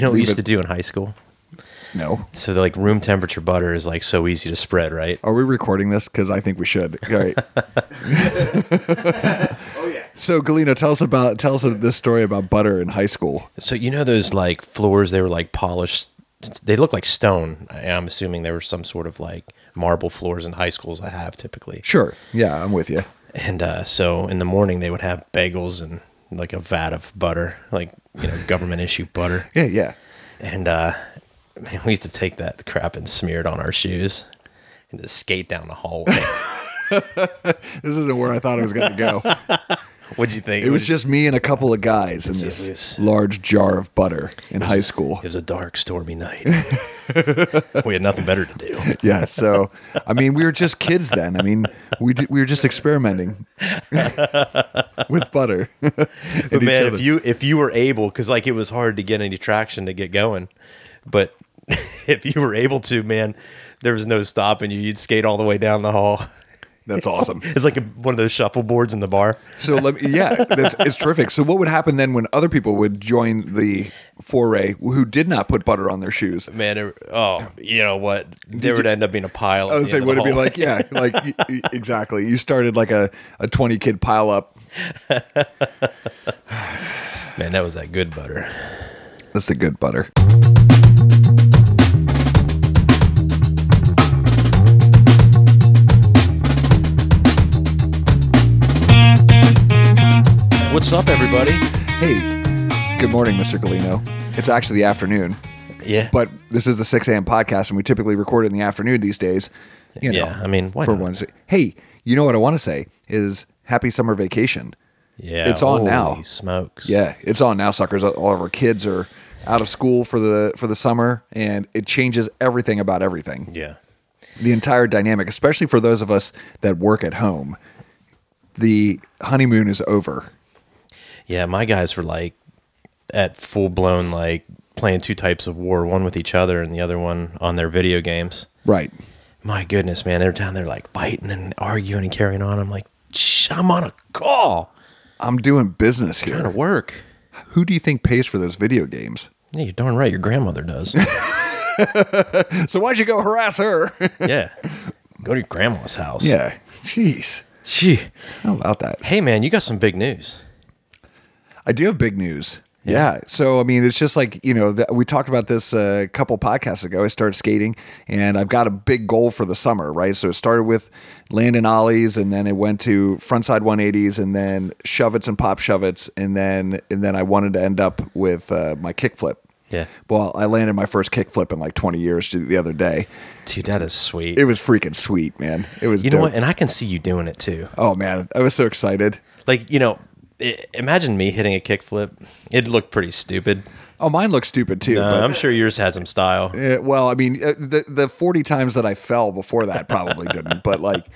know what we Leave used to it- do in high school? No. So like room temperature butter is like so easy to spread, right? Are we recording this? Because I think we should. All right. Oh yeah. so Galino, tell us about tell us this story about butter in high school. So you know those like floors, they were like polished. They look like stone. I- I'm assuming they were some sort of like marble floors in high schools. I have typically, Sure. Yeah, I'm with you. and uh, so in the morning they would have bagels and like a vat of butter, like you know government issue butter. Yeah, yeah. And uh, man, we used to take that crap and smear it on our shoes and just skate down the hallway. This isn't where I thought it was going to go. What'd you think? It was just me and a couple of guys in it this was- large jar of butter in high school. It was a dark, stormy night. we had nothing better to do. Yeah, so I mean, we were just kids then. I mean, we d- we were just experimenting with butter. and But each man, other. if you if you were able, because like it was hard to get any traction to get going, but if you were able to, man, there was no stopping you. You'd skate all the way down the hall. that's awesome. It's like a, one of those shuffleboards in the bar. So let me, yeah, that's it's terrific. So what would happen then when other people would join the foray who did not put butter on their shoes? Man, it, oh, you know what? There would end up being a pile. I would say, would it be like, yeah, like y- y- exactly? You started like a, a twenty kid pile up. man, that was that good butter. That's the good butter. What's up, everybody? Hey, good morning, Mr. Galino. It's actually the afternoon, Yeah, but this is the six a.m. podcast, and we typically record it in the afternoon these days. You know, Yeah, I mean, why for not? Wednesday. Hey, you know what I want to say is happy summer vacation. yeah, it's on now. holy Smokes. Yeah, it's on now, suckers. All of our kids are out of school for the for the summer, and it changes everything about everything. yeah. The entire dynamic, especially for those of us that work at home, the honeymoon is over. Yeah, my guys were like at full blown like playing two types of war, one with each other and the other one on their video games. Right. My goodness, man, they're down there like fighting and arguing and carrying on. I'm like, Shh, I'm on a call, I'm doing business trying to here. work. Who do you think pays for those video games? Yeah, you're darn right. Your grandmother does. So why'd you go harass her? yeah, go to your grandma's house. yeah. Jeez. Gee. How about that? Hey, man, you got some big news. I do have big news. Yeah. So, I mean, it's just like, you know, th- we talked about this a couple podcasts ago. I started skating and I've got a big goal for the summer, right? So it started with Landon Ollies and then it went to frontside 180s and then shovets and pop shovets. And then, and then I wanted to end up with uh, my kickflip. Yeah. Well, I landed my first kickflip in like 20 years j- the other day. Dude, that is sweet. It was freaking sweet, man. It was, you know dope. what? And I can see you doing it too. Oh man, I was so excited. Like, you know, i imagine me hitting a kickflip. It'd look pretty stupid. Oh, mine looked stupid too. Uh, but- I'm sure yours had some style. Uh, well, I mean, uh, the the forty times that I fell before that probably didn't, but like,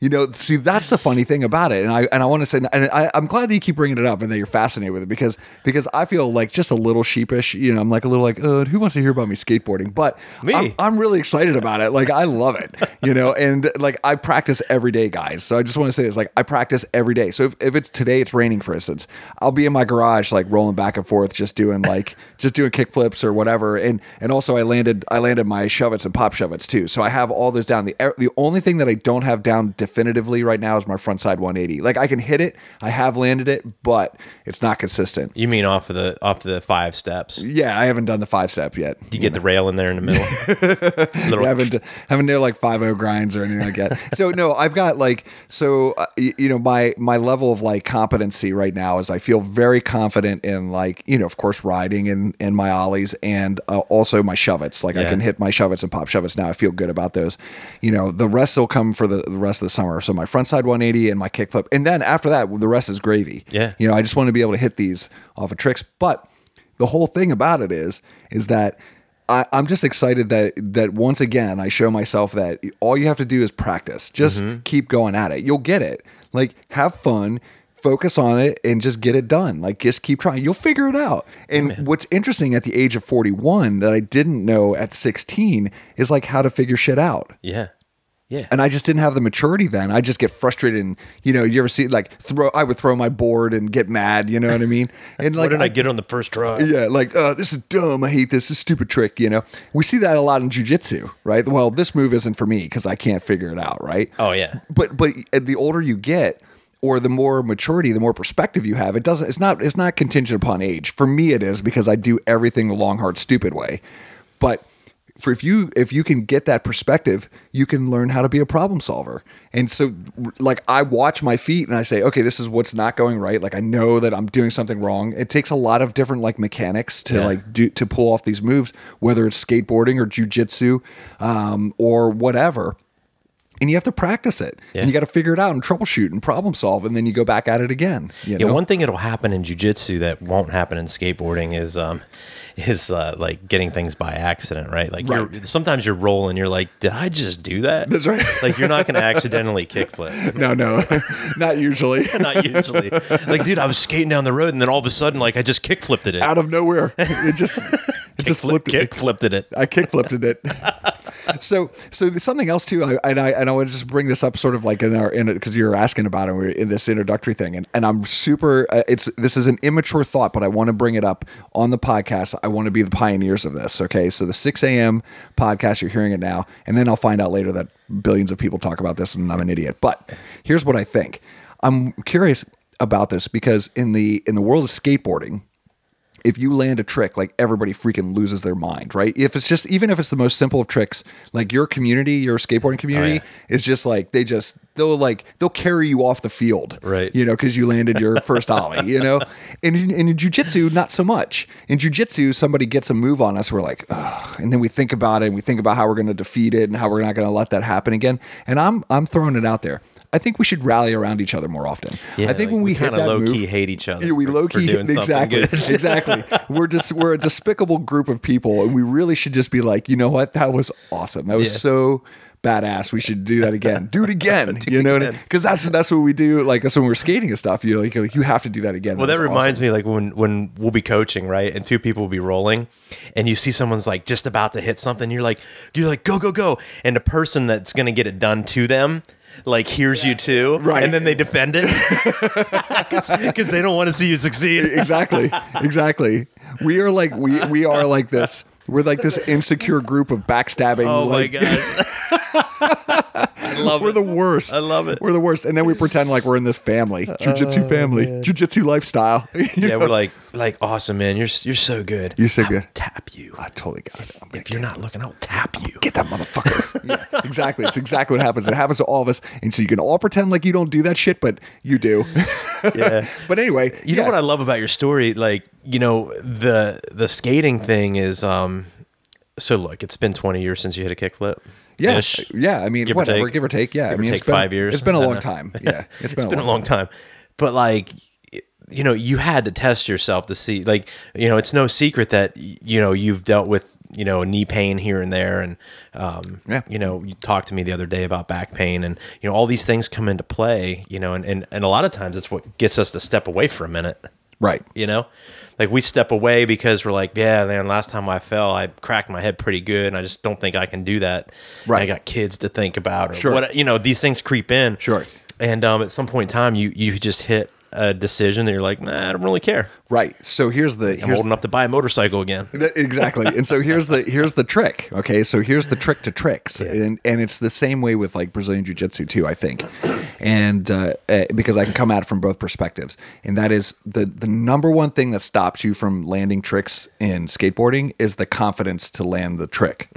you know, see, that's the funny thing about it, and I and I want to say, and I, I'm glad that you keep bringing it up and that you're fascinated with it because because I feel like just a little sheepish, you know, I'm like a little like, uh, who wants to hear about me skateboarding? But Me. I'm, I'm really excited about it. Like, I love it, you know, and like I practice every day, guys. So I just want to say this, like, I practice every day. So if, if it's today, it's raining, for instance, I'll be in my garage, like rolling back and forth, just doing like just doing kickflips or whatever. And and also I landed I landed my shovets and pop shovets too. So I have all those down. The er- the only thing that I don't have down definitively right now is my front side 180. Like I can hit it, I have landed it, but it's not consistent. You mean off of the off the five steps? You Yeah, I haven't done the five step yet. get the rail in there in the middle. Little- I haven't haven't done like five o grinds or anything like that. so no, I've got like so uh, y- you know my my level of like competency right now is I feel very confident in like you know of course riding and and my ollies and uh, also my shovets. Like I Yeah. can hit my shovets and pop shovets now. I feel good about those. You know the rest will come for the, the rest of the summer. So my front side 180 and my kickflip, and then after that the rest is gravy. Yeah. You know I just want to be able to hit these off of tricks, but the whole thing about it is is that I, I'm just excited that that once again I show myself that all you have to do is practice. Just keep going at it. You'll get it. Like have fun, focus on it, and just get it done. Like just keep trying. You'll figure it out. And what's interesting at the age of 41 that I didn't know at 16 is like how to figure shit out. yeah. Yeah. And I just didn't have the maturity then. I just get frustrated and you know, you ever see like throw I would throw my board and get mad, you know what I mean? And Why like didn't I get on the first try? yeah, like uh, this is dumb. I hate this. This is a stupid trick. You know, we see that a lot in jujitsu, right? Well, this move isn't for me because I can't figure it out, right? Oh, yeah. But but the older you get, or the more maturity, the more perspective you have. It doesn't. It's not. It's not contingent upon age. For me, it is because I do everything the long, hard, stupid way. But for if you if you can get that perspective, you can learn how to be a problem solver. And so like I watch my feet and I say, okay, this is what's not going right. Like I know that I'm doing something wrong. It takes a lot of different like mechanics to like do to pull off these moves, whether it's skateboarding or jujitsu um, or whatever. And you have to practice it. Yeah. And you got to figure it out and troubleshoot and problem solve, and then you go back at it again. You Yeah, know? one thing that'll happen in jujitsu that won't happen in skateboarding is um is uh, like getting things by accident, right? Like You're, Right. sometimes you're rolling, you're like, did I just do that? That's right. Like you're not going to accidentally kickflip. no, no, not usually. Not usually. Like, dude, I was skating down the road, and then all of a sudden, like, I just kickflipped at it. out of nowhere, it just it just flipped. it. kickflipped at it. I kick flipped it. so so there's something else too. I, and I and I want to just bring this up sort of like in our in because you were asking about it we were in this introductory thing, and and I'm super. Uh, it's this is an immature thought, but I want to bring it up on the podcast. I want to be the pioneers of this. Okay, so the 6 a.m. podcast, you're hearing it now, and then I'll find out later that billions of people talk about this, and I'm an idiot. But here's what I think. I'm curious about this because in the in the world of skateboarding if you land a trick, like everybody freaking loses their mind, right? If it's just even if it's the most simple of tricks, like your community, your Oh, skateboarding community is just like they just they'll like they'll carry you off the field, Right. You know, because you landed your first ollie, you know. And in, and in jujitsu, not so much. In jujitsu, somebody gets a move on us, we're like, Ugh. and then we think about it, and we think about how we're going to defeat it, and how we're not going to let that happen again. And I'm I'm throwing it out there. I think we should rally around each other more often. I think like, when we, hit kind of that low move, key hate each other. yeah, we for- low for key doing something exactly, good. exactly. We're just we're a despicable group of people, and we really should just be like, you know what? That was awesome. That was Yeah. so badass. We should do that again. Do it again. you know, because that's that's what we do. Like that's when we're skating and stuff. You know, like, you're like, you have to do that again. Well, that was awesome." reminds me, like when when we'll be coaching, right, and two people will be rolling, and you see someone's like just about to hit something, you're like, you're like, go go go, and the person that's gonna get it done to them, like hears you too, Right. and then they defend it because they don't want to see you succeed. exactly, exactly. We are like we we are like this. We're like this insecure group of backstabbing. Oh my like, gosh, I love We're it. the worst. I love it. We're the worst. And then we pretend like we're in this family, jujitsu family, Oh, jujitsu lifestyle. yeah, we're like like awesome, man. You're you're so good. You're so I will good." Tap you I totally got it. I'm gonna if you're not looking. I'll tap you. get that motherfucker. yeah, exactly. It's exactly what happens. It happens to all of us. And so you can all pretend like you don't do that shit, but you do. Yeah. but anyway, You know what I love about your story, like you know the the skating thing is. um So look, it's been twenty years since you hit a kickflip. Yeah, Ish. yeah. I mean, Give or whatever, take. give or take. Yeah, Give I or mean, take it's been, five years. It's been a I long dunno. time. Yeah, it's been, it's been a long time, but like you know, you had to test yourself to see. Like you know, it's no secret that y- you know you've dealt with you know knee pain here and there, and um, Yeah. you know, you talked to me the other day about back pain, and you know, all these things come into play. You know, and and, and a lot of times it's what gets us to step away for a minute Right. you know like we step away because we're like yeah man last time i fell i cracked my head pretty good and i just don't think i can do that And Right. i got kids to think about or Sure. what you know these things creep in Sure. and um, at some point in time you you just hit a decision that you're like nah, i don't really care Right. So here's the i'm here's old enough to buy a motorcycle again Th- exactly and so here's the here's the trick okay so here's the trick to tricks and and it's the same way with like brazilian jiu-jitsu too i think and uh, uh, because i can come at it from both perspectives and that is the the number one thing that stops you from landing tricks in skateboarding is the confidence to land the trick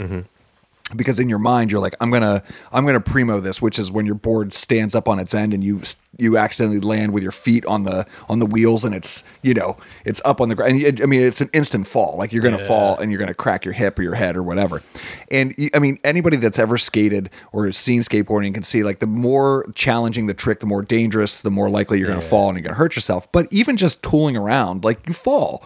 because in your mind you're like i'm gonna i'm gonna primo this which is when your board stands up on its end and you you accidentally land with your feet on the on the wheels and it's you know it's up on the ground And i mean it's an instant fall like you're gonna fall and you're gonna crack your hip or your head or whatever and you- i mean anybody that's ever skated or has seen skateboarding can see like the more challenging the trick the more dangerous the more likely you're gonna fall and you're gonna hurt yourself but even just tooling around like you fall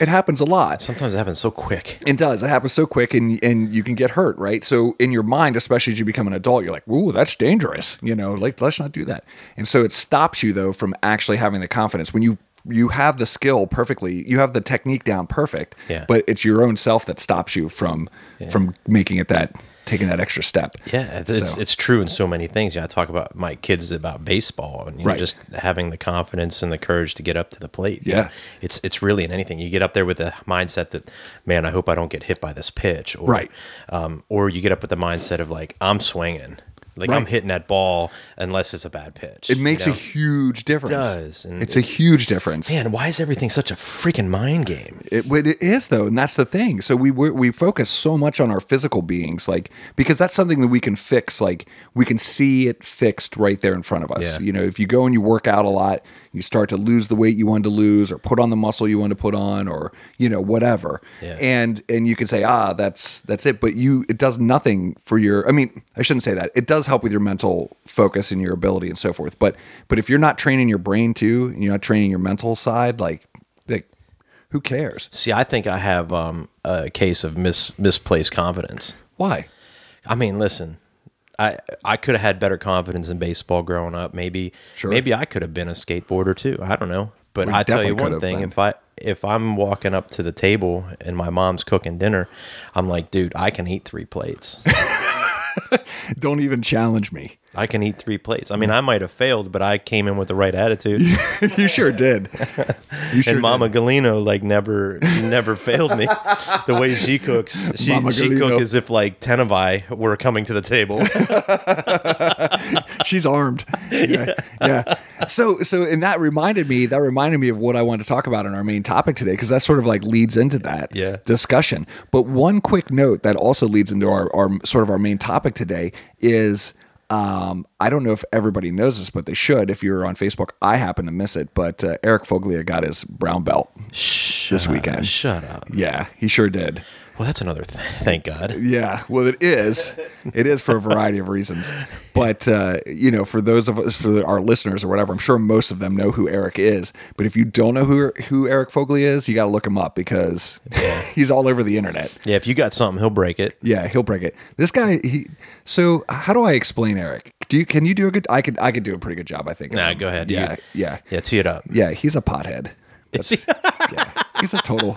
it happens a lot sometimes it happens so quick it does. It happens so quick, and and you can get hurt, right? So in your mind, especially as you become an adult, you're like, "Ooh, that's dangerous," you know. Like, let's not do that. And so it stops you though from actually having the confidence when you you have the skill perfectly, you have the technique down perfect, Yeah. but it's your own self that stops you from from making it that taking that extra step. Yeah, it's So- it's true in so many things. Yeah, I talk about my kids about baseball and you know, Right. just having the confidence and the courage to get up to the plate. You Yeah. know, it's it's really in anything. You get up there with the mindset that, man, I hope I don't get hit by this pitch, or, Right. Um, or you get up with the mindset of like I'm swinging, like I'm Right. hitting that ball unless it's a bad pitch. It makes you know? a huge difference. does, and it's a huge difference. man. Why is everything such a freaking mind game? It, but it is though, and that's the thing. So we we we focus so much on our physical beings, like because that's something that we can fix. Like we can see it fixed right there in front of us. Yeah. You know, if you go and you work out a lot, you start to lose the weight you wanted to lose, or put on the muscle you wanted to put on, or you know whatever. Yeah. And and you can say, ah, that's that's it. But you it does nothing for your. I mean, I shouldn't say that. It does help with your mental focus and your ability and so forth. But but if you're not training your brain too, and you're not training your mental side, like like. Who cares? See, I think I have um, a case of mis- misplaced confidence. Why? I mean, listen, I I could have had better confidence in baseball growing up. Maybe Sure. maybe I could have been a skateboarder too. I don't know. But Well, you I tell you definitely could one have thing, been. if I if I'm walking up to the table and my mom's cooking dinner, I'm like, dude, I can eat three plates. Don't even challenge me. I can eat three plates. I mean, I might have failed, but I came in with the right attitude. you sure did. You sure and Mama Galino like never she never failed me. The way she cooks, she Mama she Galino. cook as if like ten of I were coming to the table. did. She's armed. Yeah. yeah. So so and that reminded me that reminded me of what I wanted to talk about in our main topic today because that sort of like leads into that Yeah. discussion. But one quick note that also leads into our, our sort of our main topic today is um, I don't know if everybody knows this, but they should. If you're on Facebook, I happen to miss it. But uh, Eric Foglia got his brown belt. Shut up, weekend. shut up. Yeah, he sure did. Well, that's another thing. Thank God. Yeah, well, it is. It is for a variety of reasons, but uh, you know, for those of us, for our listeners or whatever, I'm sure most of them know who Eric is. But if you don't know who who Eric Fogley is, you got to look him up because he's all over the internet. Yeah, if you got something, he'll break it. Yeah, he'll break it. This guy, he. So how do I explain Eric? Do you can you do a good? I could I could do a pretty good job, I think. Nah, go ahead. Yeah, You- yeah, Yeah, tee it up. yeah. He's a pothead. Is he? Yeah, he's a total.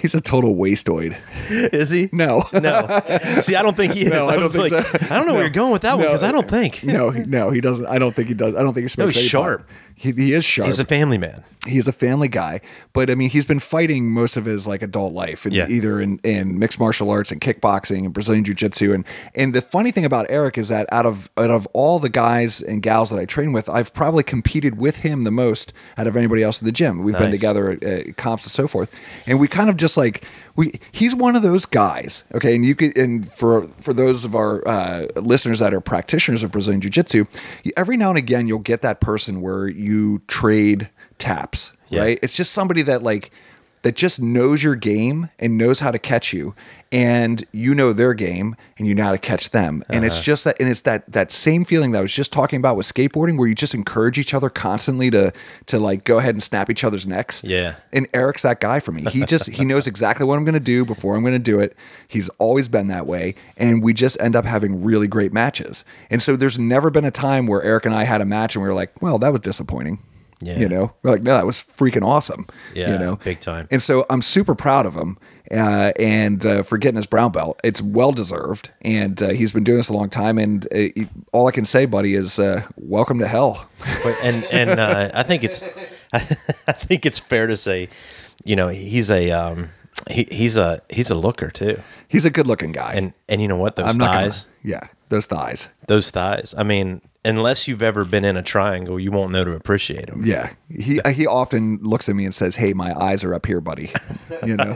He's a total wasteoid. Is he? No. No. See, I don't think he is. No, I, I don't was think like, so. I don't know where No. you're going with that one No. because I don't think no, he- no, he doesn't. I don't think he does. I don't think he smokes. he's any pot. sharp. He, he is sharp. he's He's a a, family man. family guy, but I mean, he's been fighting most of his like adult life, in, Yeah. either in, in mixed martial arts and kickboxing and Brazilian jiu jitsu. And and the funny thing about Eric is that out of out of all the guys and gals that I train with, I've probably competed with him the most out of anybody else in the gym. We've been Nice. together together at, at comps uh, and so forth. And we kind of just like we he's one of those guys, okay? And you could and for for those of our uh, listeners that are practitioners of Brazilian Jiu-Jitsu, you- every now and again you'll get that person where you trade taps, Yeah. right? It's just somebody that like that just knows your game and knows how to catch you and you know their game and you know how to catch them and it's just that and it's that that same feeling that I was just talking about with skateboarding where you just encourage each other constantly to to like go ahead and snap each other's necks Yeah. and Eric's that guy for me. He just he knows exactly what I'm going to do before I'm going to do it. He's always been that way, and we just end up having really great matches. And so there's never been a time where Eric and I had a match and we were like, "Well, that was disappointing." Yeah. You know, we're like, "No, that was freaking awesome." Yeah, You know, big time. And so I'm super proud of him uh, and uh, for getting his brown belt. It's well deserved, and uh, he's been doing this a long time. And uh, he- all I can say, buddy, is uh, welcome to hell. But- and and uh, I think it's I think it's fair to say, you know, he's a um, he, he's a he's a looker too. He's a good-looking guy. And and you know what? Those I'm not gonna- thighs, yeah, those thighs. those thighs. I mean, unless you've ever been in a triangle, you won't know to appreciate them. Yeah, he he often looks at me and says, "Hey, my eyes are up here, buddy." You know,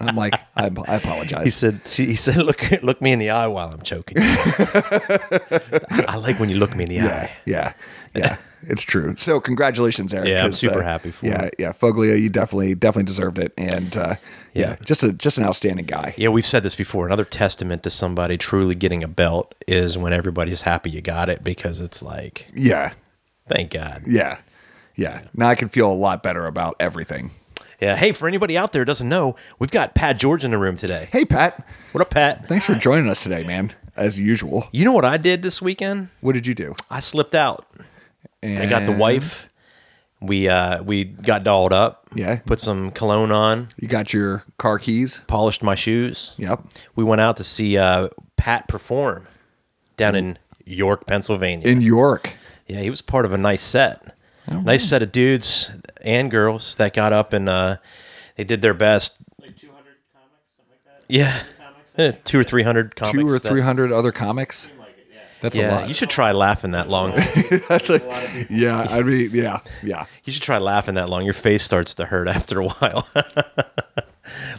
I'm like, I, I He apologize. said, she, he said, look, look me in the eye while I'm choking. you." I, I like when you look me in the Yeah, eye. yeah, yeah. It's true. So congratulations, Eric. Yeah, I'm 'cause, uh, super happy for yeah, him. yeah. Foglia, you definitely definitely deserved it, and uh, yeah. Yeah. just a just an outstanding guy. Yeah, we've said this before. Another testament to somebody truly getting a belt is when everybody's happy you got it because it's like, Yeah, thank God. yeah, yeah. Now I can feel a lot better about everything. Yeah. Hey, for anybody out there who doesn't know, we've got Pat George in the room today. Hey, Pat, What up, Pat? thanks for joining us today, man. As usual, You know what I did this weekend? what did you do? I slipped out. And I got the wife. We uh we got dolled up. Yeah. Put some cologne on. You got your car keys. Polished my shoes. Yep. We went out to see uh, Pat perform down in York, Pennsylvania. in York. yeah, he was part of a nice set. Oh, Nice set of dudes and girls that got up and uh, they did their best. Like 200 comics, something like that. Yeah. Comics. Eh, Two or three hundred comics. Two or that- three hundred other comics. Like it, yeah. That's a Yeah, lot. you should try laughing that long. That's A a, lot of people. yeah, I mean, yeah, yeah. You should try laughing that long. Your face starts to hurt after a while.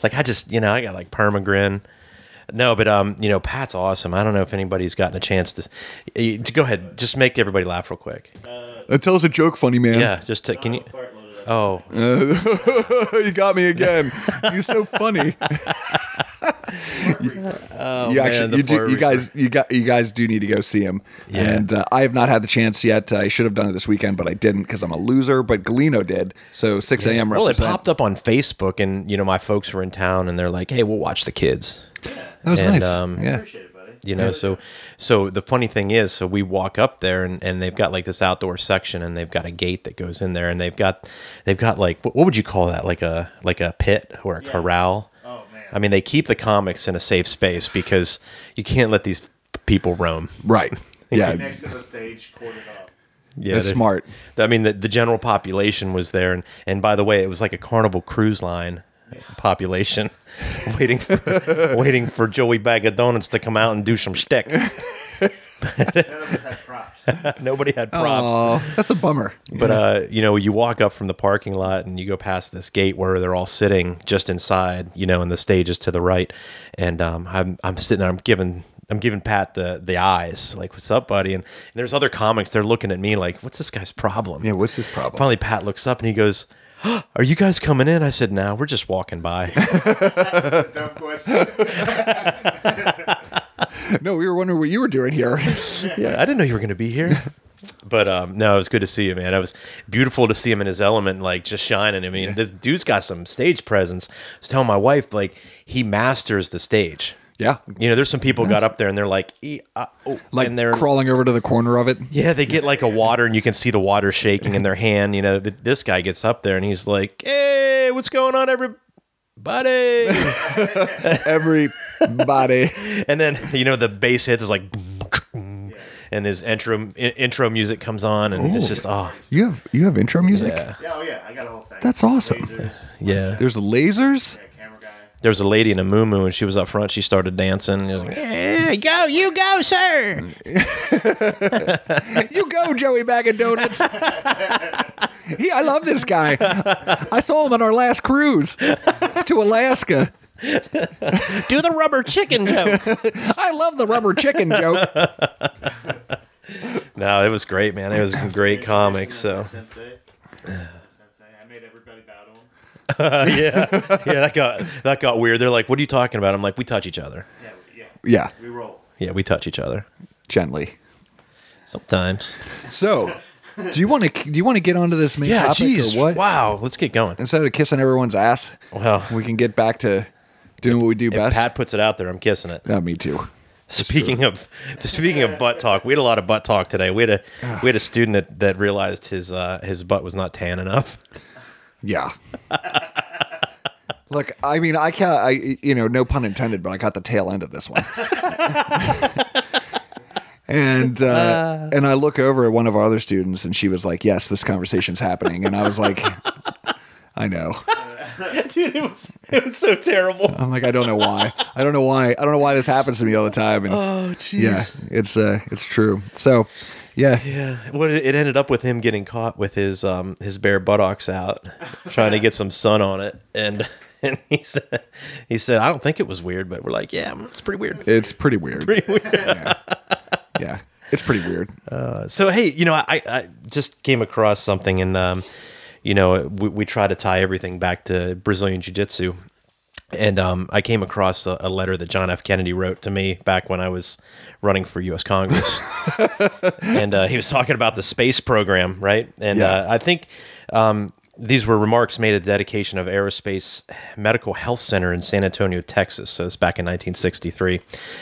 like I just, you know, I got like permagrin. No, but um, you know, Pat's awesome. I don't know if anybody's gotten a chance to. eh, to- Go ahead, just make everybody laugh real quick. Uh, tell us a joke, funny man. Yeah, just to, can you? Fart loaded up. Oh, you got me again. You're so funny. you Oh, man, the actually, you, do, fart you guys, you got, you guys do need to go see him. Yeah. And uh, I have not had the chance yet. I should have done it this weekend, but I didn't because I'm a loser. But Galeno did. So 6 a.m. well, it represent. popped up on Facebook, and you know, my folks were in town, and they're like, "Hey, we'll watch the kids." That was and, nice. um, yeah. Appreciate it, buddy. you know so so the funny thing is so we walk up there and, and they've got like this outdoor section and they've got a gate that goes in there and they've got they've got like what, what would you call that like a like a pit or a corral Oh, man. i mean they keep the comics in a safe space because you can't let these people roam Right. Yeah. Next to the stage, quartered off. yeah That's they- smart. i mean the, the general population was there and and by the way it was like a carnival cruise line population waiting for waiting for joey bag of donuts to come out and do some shtick. None of us had props. nobody had props Oh, that's a bummer. But uh, you know, you walk up from the parking lot and you go past this gate where they're all sitting just inside, you know, and the stage is to the right. And um, I'm I'm sitting there, I'm giving I'm giving Pat the the eyes, like, what's up, buddy? And, and there's other comics, they're looking at me like, what's this guy's problem? Yeah. What's his problem? Finally, Pat looks up and he goes, "Are you guys coming in?" I said, "No, we're just walking by." Dumb question. No, we were wondering what you were doing here. yeah, I didn't know you were going to be here. But um, no, it was good to see you, man. It was beautiful to see him in his element, like just shining. I mean, the dude's got some stage presence. I was telling my wife, like, he masters the stage. yeah. You know, there's some people got up there and they're like, e- uh, oh, Like and they're crawling over to the corner of it. yeah, they get like a water and you can see the water shaking in their hand. You know, but this guy gets up there and he's like, "Hey, what's going on, everybody?" Everybody. and then you know the bass hits is like, and his intro intro music comes on and it's just oh You have you have intro music. Yeah, oh, yeah. I got a whole thing. That's awesome. Lasers, yeah. There's lasers. yeah, camera guy. there was a lady in a moo and she was up front. She started dancing. and it was like, "Yeah, go, you go, sir. You go, Joey Bag of Donuts. he, I love this guy. I saw him on our last cruise to Alaska. Do the rubber chicken joke. I love the rubber chicken joke. no, it was great, man. It was some great comics. So Sensei. Sensei. I made everybody bow to him. yeah, yeah, that got that got weird. They're like, "What are you talking about?" I'm like, "We touch each other. Yeah, we- yeah. Yeah, We roll. Yeah, we touch each other gently. sometimes." So, do you want to do you want to get onto this main Yeah, topic jeez, or what? wow. Let's get going. Instead of kissing everyone's ass, Well, we can get back to doing what we do if best. Pat puts it out there, I'm kissing it. Not me too. Speaking of speaking of butt talk, we had a lot of butt talk today. We had a we had a student that, that realized his uh, his butt was not tan enough. Yeah. Look, I mean, I can't, I, you know, no pun intended, but I got the tail end of this one. and, uh, and I look over at one of our other students and she was like, yes, this conversation's happening. And I was like, I know. dude it was it was so terrible I'm like, I don't know why. I don't know why. I don't know why this happens to me all the time. And oh jeez yeah, it's, uh, it's true. So yeah, yeah well it it ended up with him getting caught with his um his bare buttocks out trying to get some sun on it and and he said he said i don't think it was weird but we're like yeah mm, it's pretty weird it's pretty weird. Yeah. yeah. It's pretty weird. Uh, so hey you know i i just came across something and um you know we, we try to tie everything back to brazilian jiu-jitsu and um, I came across a, a letter that John F. Kennedy wrote to me back when I was running for U.S. Congress, and uh, he was talking about the space program, right? And Yeah. uh, I think um, these were remarks made at the dedication of Aerospace Medical Health Center in San Antonio, Texas. So it's back in 1963.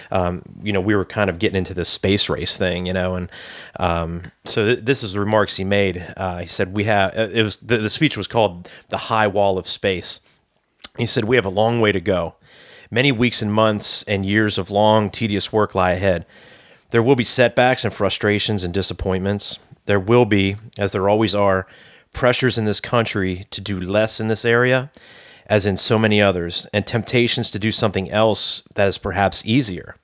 Um, you know, we were kind of getting into this space race thing, you know, and um, so th- this is the remarks he made. Uh, he said, "We have." uh, It was the, the speech was called "The High Wall of Space." He said, We have a long way to go. Many weeks and months and years of long, tedious work lie ahead. There will be setbacks and frustrations and disappointments. There will be, as there always are, pressures in this country to do less in this area, as in so many others, and temptations to do something else that is perhaps easier.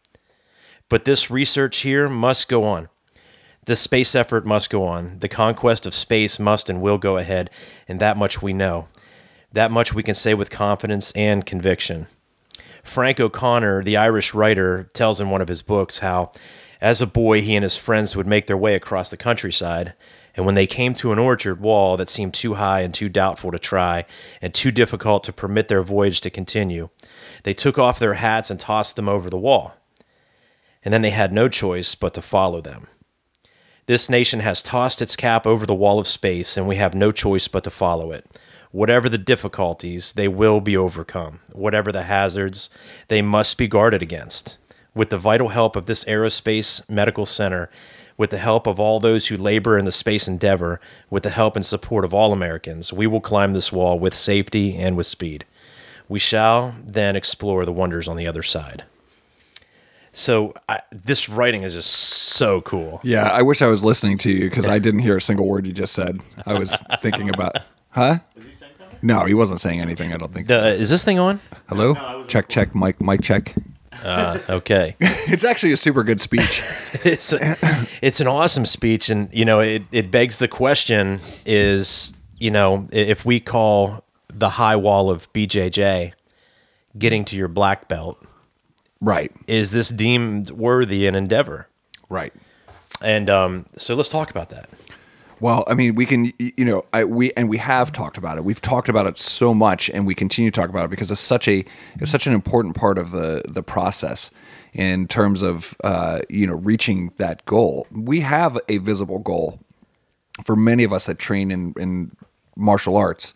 But this research here must go on. This space effort must go on. The conquest of space must and will go ahead, and that much we know. That much we can say with confidence and conviction. Frank O'Connor, the Irish writer, tells in one of his books how, as a boy, he and his friends would make their way across the countryside. And when they came to an orchard wall that seemed too high and too doubtful to try, and too difficult to permit their voyage to continue, they took off their hats and tossed them over the wall. And then they had no choice but to follow them. This nation has tossed its cap over the wall of space, and we have no choice but to follow it. Whatever the difficulties, they will be overcome. Whatever the hazards, they must be guarded against. With the vital help of this aerospace medical center, with the help of all those who labor in the space endeavor, with the help and support of all Americans, we will climb this wall with safety and with speed. We shall then explore the wonders on the other side. So, I, this writing is just so cool. Yeah, I wish I was listening to you because I didn't hear a single word you just said. I was thinking about, huh? Is he saying something? No, he wasn't saying anything. I don't think. Uh, is this thing on? Hello, I was- check, check, mic, mic, check. Okay. It's actually a super good speech. it's it's an awesome speech, and you know it it begs the question: is you know i- if we call the high wall of BJJ getting to your black belt, right, is this deemed worthy an endeavor? right. And um, so let's talk about that. Well, I mean, we can, y- you know, I, we and we have talked about it. We've talked about it so much, and we continue to talk about it because it's such a it's such an important part of the the process in terms of uh, you know reaching that goal. We have a visible goal for many of us that train in, in martial arts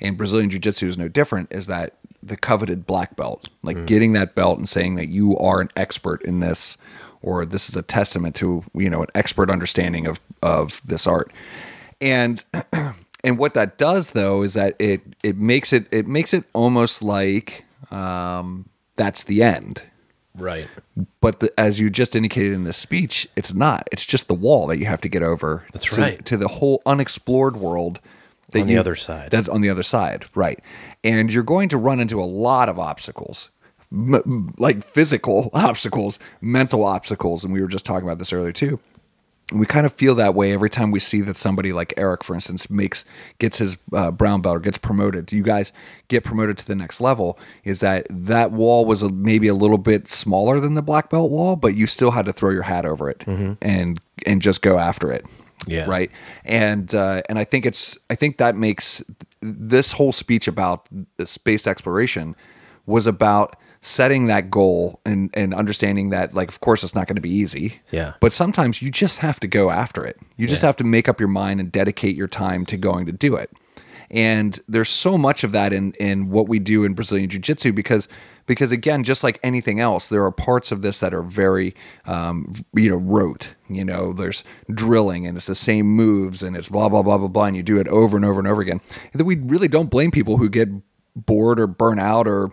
and Brazilian Jiu Jitsu is no different, is that the coveted black belt, like getting that belt and saying that you are an expert in this, or this is a testament to, you know, an expert understanding of, of this art. And, and what that does though, is that it, it makes it, it makes it almost like, um, that's the end. Right. But the, as you just indicated in this speech, it's not. It's just the wall that you have to get over. That's to, right. To the whole unexplored world. That On the other side. That's on the other side, right? And you're going to run into a lot of obstacles, m- m- like physical obstacles, mental obstacles, and we were just talking about this earlier too. And we kind of feel that way every time we see that somebody like Eric, for instance, makes gets his uh, brown belt or gets promoted. You guys get promoted to the next level. Is that that wall was a, maybe a little bit smaller than the black belt wall, but you still had to throw your hat over it and and just go after it. Mm-hmm. Yeah. Right. And uh, and I think it's I think that makes this whole speech about the space exploration was about setting that goal and and understanding that like of course it's not going to be easy Yeah. but sometimes you just have to go after it. You just have to make up your mind and dedicate your time to going to do it. And there's so much of that in in what we do in Brazilian Jiu-Jitsu because because again, just like anything else, there are parts of this that are very um, you know rote. You know, there's drilling and it's the same moves and it's blah blah blah blah blah, and you do it over and over and over again. And then we really don't blame people who get bored or burn out or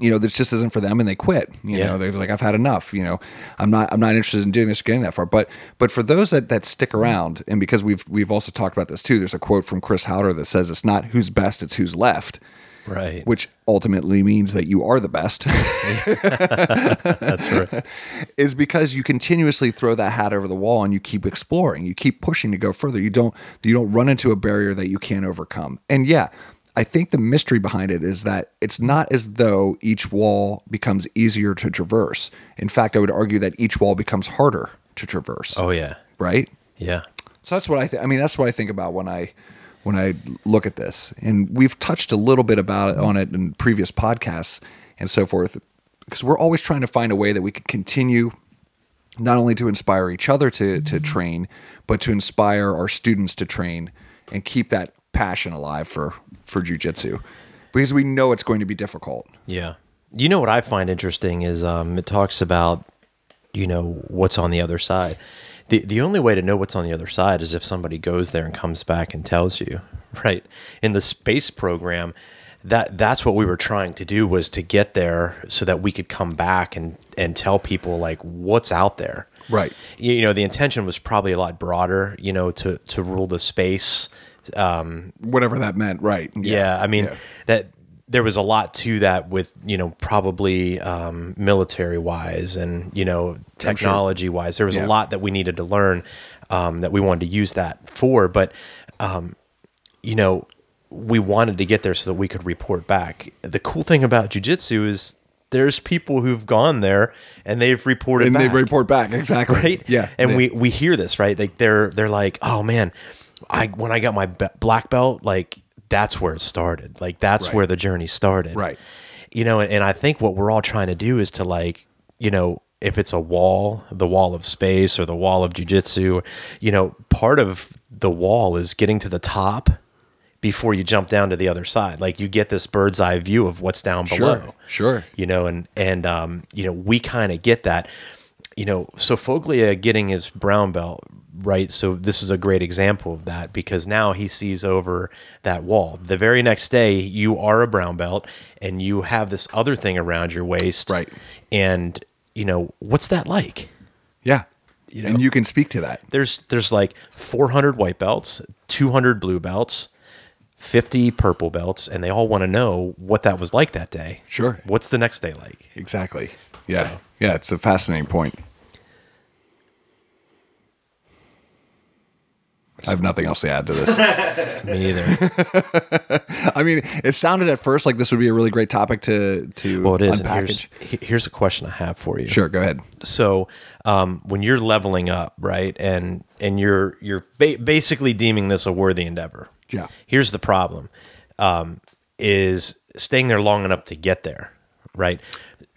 you know, this just isn't for them and they quit. You Yeah. know, they're like, I've had enough, you know, I'm not I'm not interested in doing this, getting that far. But but for those that, that stick around, and because we've we've also talked about this too, there's a quote from Chris Howder that says it's not who's best, it's who's left. Right. Which ultimately means that you are the best. That's right. is because you continuously throw that hat over the wall and you keep exploring you keep pushing to go further you don't you don't run into a barrier that you can't overcome and yeah i think the mystery behind it is that it's not as though each wall becomes easier to traverse in fact i would argue that each wall becomes harder to traverse Oh yeah. right Yeah. so that's what i think i mean that's what i think about when i when i look at this and we've touched a little bit about it on it in previous podcasts and so forth because we're always trying to find a way that we can continue not only to inspire each other to to Mm-hmm. train, but to inspire our students to train and keep that passion alive for for jujitsu, because we know it's going to be difficult. Yeah. You know what I find interesting is um, it talks about, you know, what's on the other side. The, the only way to know what's on the other side is if somebody goes there and comes back and tells you, right? In the space program, that that's what we were trying to do was to get there so that we could come back and and tell people like what's out there Right. you, you know the intention was probably a lot broader you know to to rule the space Whatever that meant, right? yeah, I mean Yeah. that there was a lot to that with you know probably um, military wise and you know technology wise. There was Yeah. a lot that we needed to learn um, that we wanted to use that for, but um, you know we wanted to get there so that we could report back. The cool thing about jujitsu is there's people who've gone there and they've reported And back they report back exactly. right? Yeah. And Yeah. we we hear this, right? Like they're they're like, oh man, I when I got my be- black belt, like that's where it started. Like that's Right. where the journey started. Right. You know, and, and I think what we're all trying to do is to like, you know, if it's a wall, the wall of space or the wall of jujitsu, you know, part of the wall is getting to the top before you jump down to the other side. Like you get this bird's eye view of what's down Sure. below Sure. you know, and and um, you know, we kind of get that, you know. So Foglia getting his brown belt, right? So this is a great example of that because now he sees over that wall. The very next day, you are a brown belt, and you have this other thing around your waist, Right. And you know, what's that like? Yeah. and you can speak to that. There's there's like 400 white belts, 200 blue belts. 50 purple belts and they all want to know what that was like that day. Sure. What's the next day like? Exactly. Yeah. So- Yeah. It's a fascinating point. I have nothing else to add to this. Me either. I mean, it sounded at first like this would be a really great topic to to Well, it is. and unpackage. Here's, he- here's a question I have for you. Sure, go ahead. So, um, when you're leveling up, right, and and you're you're ba- basically deeming this a worthy endeavor. Yeah. Here's the problem: um, is staying there long enough to get there, right?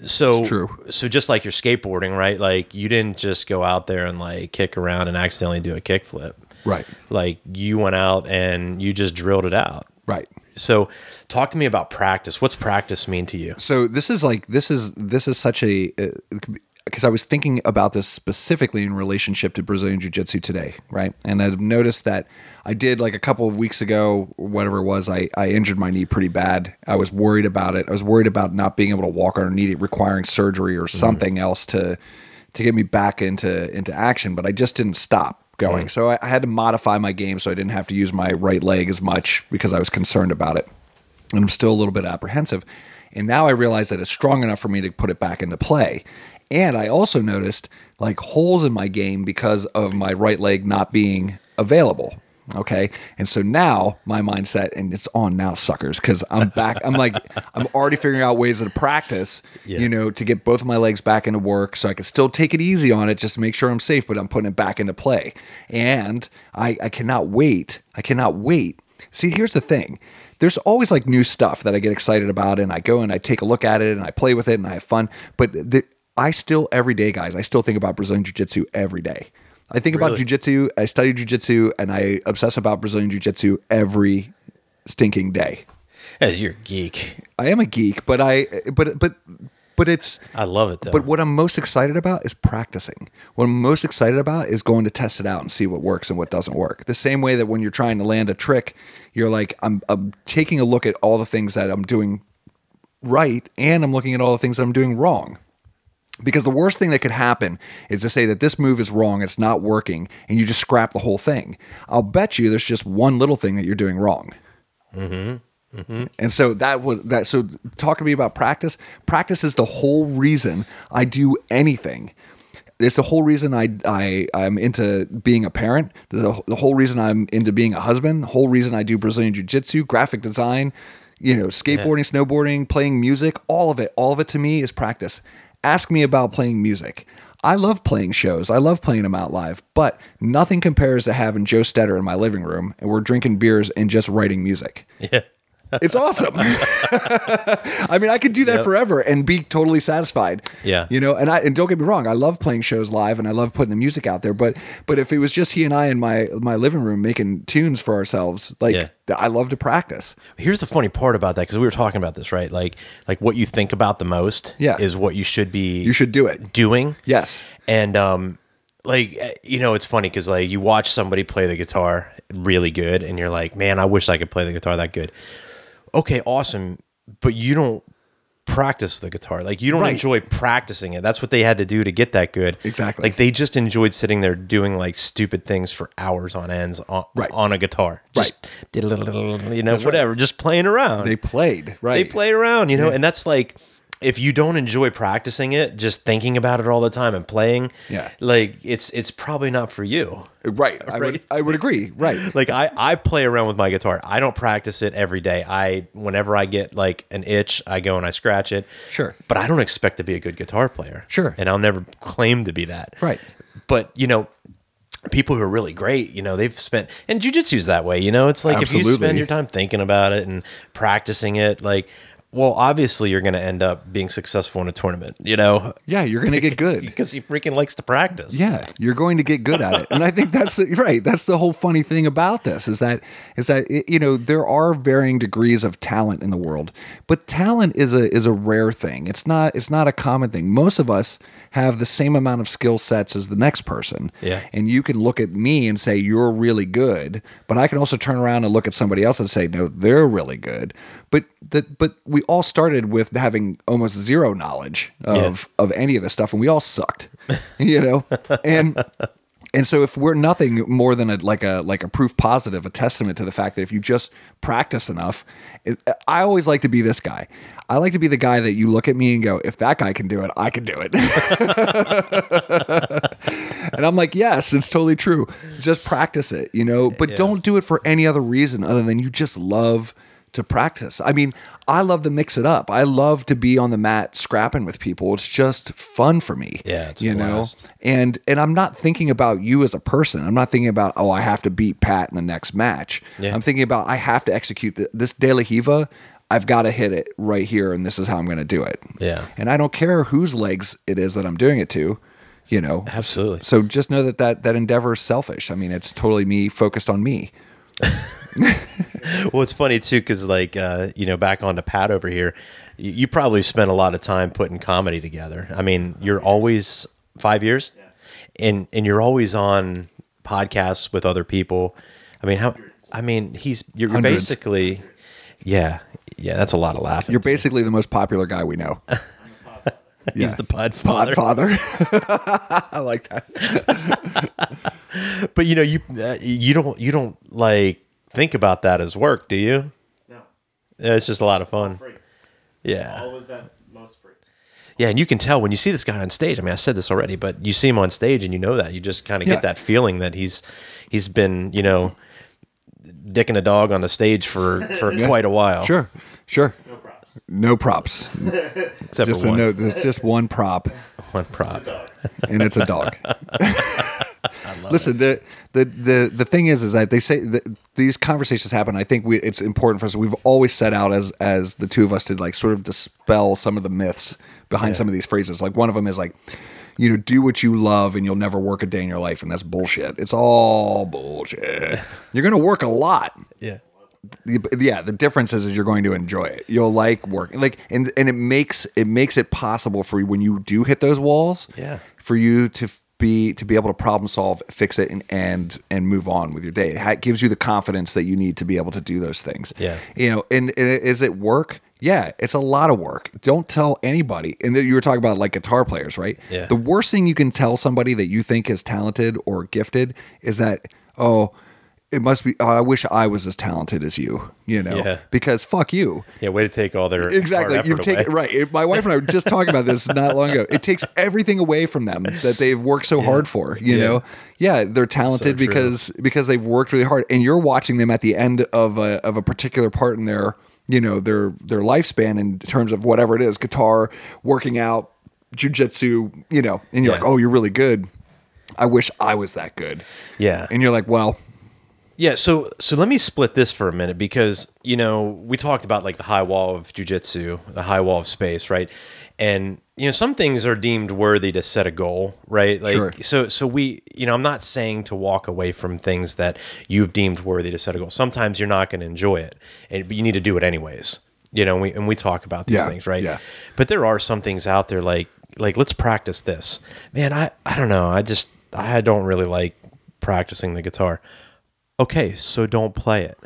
So It's true. So just like you're skateboarding, right? Like you didn't just go out there and like kick around and accidentally do a kickflip, Right. Like you went out and you just drilled it out. Right. So, talk to me about practice. What's practice mean to you? So this is like this is this is such a uh, because I was thinking about this specifically in relationship to Brazilian Jiu Jitsu today, right? And I've noticed that I did like a couple of weeks ago, whatever it was, I, I injured my knee pretty bad. I was worried about it. I was worried about not being able to walk or need it requiring surgery or something else to to get me back into into action, but I just didn't stop going. So I, I had to modify my game so I didn't have to use my right leg as much because I was concerned about it. And I'm still a little bit apprehensive. And now I realize that it's strong enough for me to put it back into play. And I also noticed like holes in my game because of my right leg not being available. Okay. And so now my mindset, and it's on now, suckers, because I'm back. I'm like, I'm already figuring out ways to practice, you know, to get both of my legs back into work so I can still take it easy on it just to make sure I'm safe, but I'm putting it back into play. And I, I cannot wait. I cannot wait See, here's the thing. There's always like new stuff that I get excited about and I go and I take a look at it and I play with it and I have fun. But the, I still, every day, guys, I still think about Brazilian Jiu Jitsu every day. I think about Jiu Jitsu, I study Jiu Jitsu, and I obsess about Brazilian Jiu Jitsu every stinking day. As you're a geek, I am a geek, but I, but, but, but it's, I love it though. but what I'm most excited about is practicing. What I'm most excited about is going to test it out and see what works and what doesn't work. The same way that when you're trying to land a trick, you're like, I'm, I'm taking a look at all the things that I'm doing right and I'm looking at all the things that I'm doing wrong. Because the worst thing that could happen is to say that this move is wrong, it's not working, and you just scrap the whole thing. I'll bet you there's just one little thing that you're doing wrong. And so that was that. So talk to me about practice. Practice is the whole reason I do anything. It's the whole reason I I I'm into being a parent. The, the whole reason I'm into being a husband. The whole reason I do Brazilian jiu jitsu, graphic design, you know, skateboarding, snowboarding, playing music. All of it. All of it to me is practice. Ask me about playing music. I love playing shows. I love playing them out live, but nothing compares to having Joe Stetter in my living room and we're drinking beers and just writing music. It's awesome. I mean, I could do that forever and be totally satisfied. Yeah. You know, and I and don't get me wrong, I love playing shows live and I love putting the music out there, but but if it was just he and I in my my living room making tunes for ourselves, like Yeah. th- I love to practice. Here's the funny part about that because we were talking about this, right? Like, like what you think about the most Yeah. is what you should be You should do it. doing. Yes. And um, like eh, you know, it's funny because like you watch somebody play the guitar really good, and you're like, man, I wish I could play the guitar that good. okay, awesome, but you don't practice the guitar. Like you don't Right. enjoy practicing it. That's what they had to do to get that good. Exactly. Like they just enjoyed sitting there doing like stupid things for hours on ends on, Right. on a guitar. Just did a little, you know, whatever, just playing around. They played, right? They play around, you know, and that's like if you don't enjoy practicing it, just thinking about it all the time and playing, Yeah. like it's it's probably not for you. Right. I would, Right. I would agree. Right. Like I I play around with my guitar. I don't practice it every day. I whenever I get like an itch, I go and I scratch it. Sure. But I don't expect to be a good guitar player. Sure. And I'll never claim to be that. Right. But, you know, people who are really great, you know, they've spent and jujitsu's that way, you know, it's like if you Absolutely. spend your time thinking about it and practicing it, like well, obviously you're gonna end up being successful in a tournament, you know? Yeah, you're going to get good. Because he freaking likes to practice. Yeah, you're going to get good at it, and I think that's the, right. That's the whole funny thing about this is that is that it- you know there are varying degrees of talent in the world, but talent is a is a rare thing. It's not it's not a common thing. Most of us have the same amount of skill sets as the next person. Yeah. and you can look at me and say you're really good, but I can also turn around and look at somebody else and say no, they're really good. But that but we all started with having almost zero knowledge of of any of this stuff and we all sucked you know and and so if we're nothing more than a like a like a proof positive a testament to the fact that if you just practice enough it, i always like to be this guy i like to be the guy that you look at me and go if that guy can do it i can do it and i'm like yes it's totally true just practice it you know but don't do it for any other reason other than you just love to practice. I mean, I love to mix it up. I love to be on the mat scrapping with people. It's just fun for me. Yeah, it's a you blast. know. And and I'm not thinking about you as a person. I'm not thinking about oh, I have to beat Pat in the next match. Yeah. I'm thinking about I have to execute th- this De La Hiva. I've got to hit it right here, and this is how I'm going to do it. Yeah. And I don't care whose legs it is that I'm doing it to. You know. Absolutely. So just know that that that endeavor is selfish. I mean, it's totally me focused on me. Well, it's funny too, because like uh, you know, back onto Pat over here, you, you probably spent a lot of time putting comedy together. I mean, you're always five years, and and you're always on podcasts with other people. I mean, how? I mean, he's you're, you're Hundreds. basically, yeah, yeah. That's a lot of laughing. You're basically the most popular guy we know. he's yeah. the pod father. Podfather. I like that. But you know, you uh, you don't you don't like think about that as work, do you? No, Yeah, It's just a lot of fun. free. Yeah. All of that most free. Yeah, and you can tell when you see this guy on stage. I mean, I said this already, but you see him on stage and you know that. You just kind of Yeah. get that feeling that he's he's been, you know, dicking a dog on the stage for for quite a while. Sure, sure. No props. No props. Except Just for a one, note. There's just one prop, one prop. Dog. and it's a dog. Listen, the, the the the thing is, is that they say that these conversations happen. I think we it's important for us. We've always set out as as the two of us to like sort of dispel some of the myths behind some of these phrases. Like one of them is like. You know, do what you love, and you'll never work a day in your life, and that's bullshit. It's all bullshit. You're gonna work a lot, Yeah. the- yeah the difference is, is you're going to enjoy it you'll like work like and and it makes it makes it possible for you when you do hit those walls Yeah. for you to f- be to be able to problem solve fix it and and and move on with your day it ha- gives you the confidence that you need to be able to do those things Yeah. you know and, and is it work yeah it's a lot of work don't tell anybody and then you were talking about like guitar players right Yeah. the worst thing you can tell somebody that you think is talented or gifted is that oh it must be oh, i wish i was as talented as you you know Yeah. because fuck you Yeah, way to take all their exactly hard you've effort taken away. right It- my wife and i were just talking about this not long ago it takes everything away from them that they've worked so hard for you Yeah. know yeah they're talented true. because because they've worked really hard and you're watching them at the end of a, of a particular part in their you know their their lifespan in terms of whatever it is guitar working out jujitsu you know and you're Yeah. like oh you're really good i wish i was that good Yeah. and you're like well Yeah, so so let me split this for a minute because you know we talked about like the high wall of jujitsu, the high wall of space, right? And you know some things are deemed worthy to set a goal, right? Like Sure. so so we you know I'm not saying to walk away from things that you've deemed worthy to set a goal. Sometimes you're not going to enjoy it, and but you need to do it anyways. You know, and we and we talk about these Yeah, things, right? yeah. But there are some things out there like like let's practice this. Man, I I don't know. I just I don't really like practicing the guitar okay, so don't play it.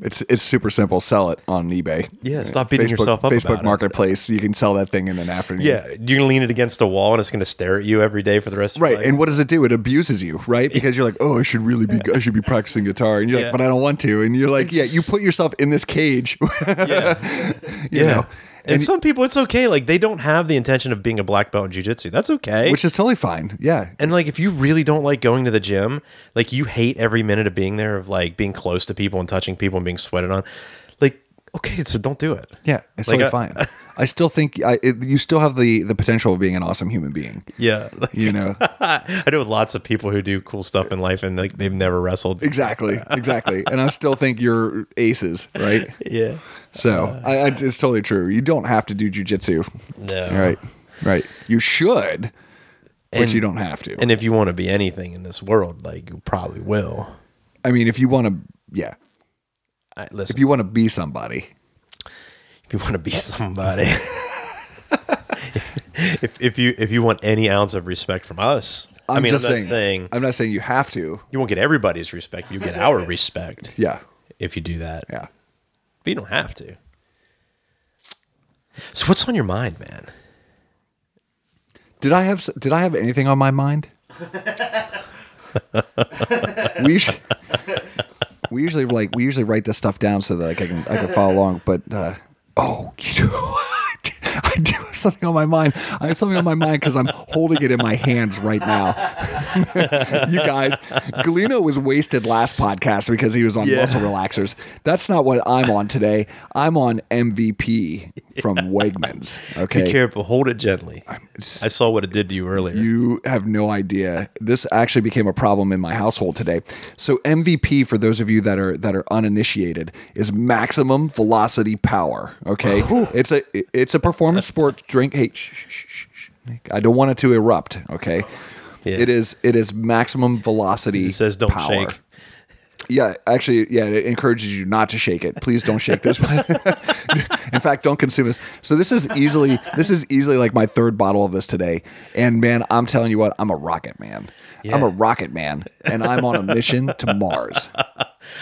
It's it's super simple. Sell it on eBay. Yeah, stop beating yourself up Facebook about it. Marketplace. You can sell that thing in an afternoon. Yeah, you're gonna lean it against a wall and it's gonna stare at you every day for the rest of Right. your life. And what does it do? It abuses you, right? Because you're like, oh, I should really be, I should be practicing guitar. And you're Yeah. like, but I don't want to. And you're like, yeah, you put yourself in this cage. yeah. You yeah. know? and, some people, it's okay. Like they don't have the intention of being a black belt in jujitsu. That's okay. Which is totally fine. Yeah. and like if you really don't like going to the gym, like you hate every minute of being there, of like being close to people and touching people and being sweated on, like okay, so don't do it. Yeah. It's Like, totally I- fine. I still think I, it, you still have the, the potential of being an awesome human being, Yeah. you know? I know lots of people who do cool stuff in life and like they've never wrestled. exactly. Exactly. And I still think you're aces, right? Yeah. So I, I, it's totally true. You don't have to do jujitsu. No. All right. Right. You should, but And- you don't have to. And if you want to be anything in this world, like you probably will. I mean, if you want to, yeah, I, listen, if you want to be somebody, if you want to be somebody if, if you if you want any ounce of respect from us I'm i mean just i'm not saying, saying, I'm not saying you have to. you won't get everybody's respect you get our respect Yeah. if you do that Yeah. but you don't have to so what's on your mind man Did I have, s- did I have anything on my mind? we, usu- we usually like, we usually write this stuff down so that like I can, I can follow along, but, uh, oh, you know what? I do have something on my mind. I have something on my mind because I'm holding it in my hands right now. you guys, Galino was wasted last podcast because he was on muscle relaxers. That's not what I'm on today. I'm on MVP from Wegmans. Okay. be careful hold it gently s- i saw what it did to you earlier You have no idea. This actually became a problem in my household today. So MVP for those of you that are that are uninitiated is maximum velocity power. Okay, it's a it's a performance sport drink. Hey, shh, shh, shh, shh. I don't want it to erupt. Okay, Yeah. it is it is maximum velocity. it says don't power. shake Yeah, actually, yeah, it encourages you not to shake it. Please don't shake this one. In fact, don't consume this. So this is easily this is easily like my third bottle of this today. And man, I'm telling you what, I'm a rocket man. I'm a rocket man, and I'm on a mission to Mars.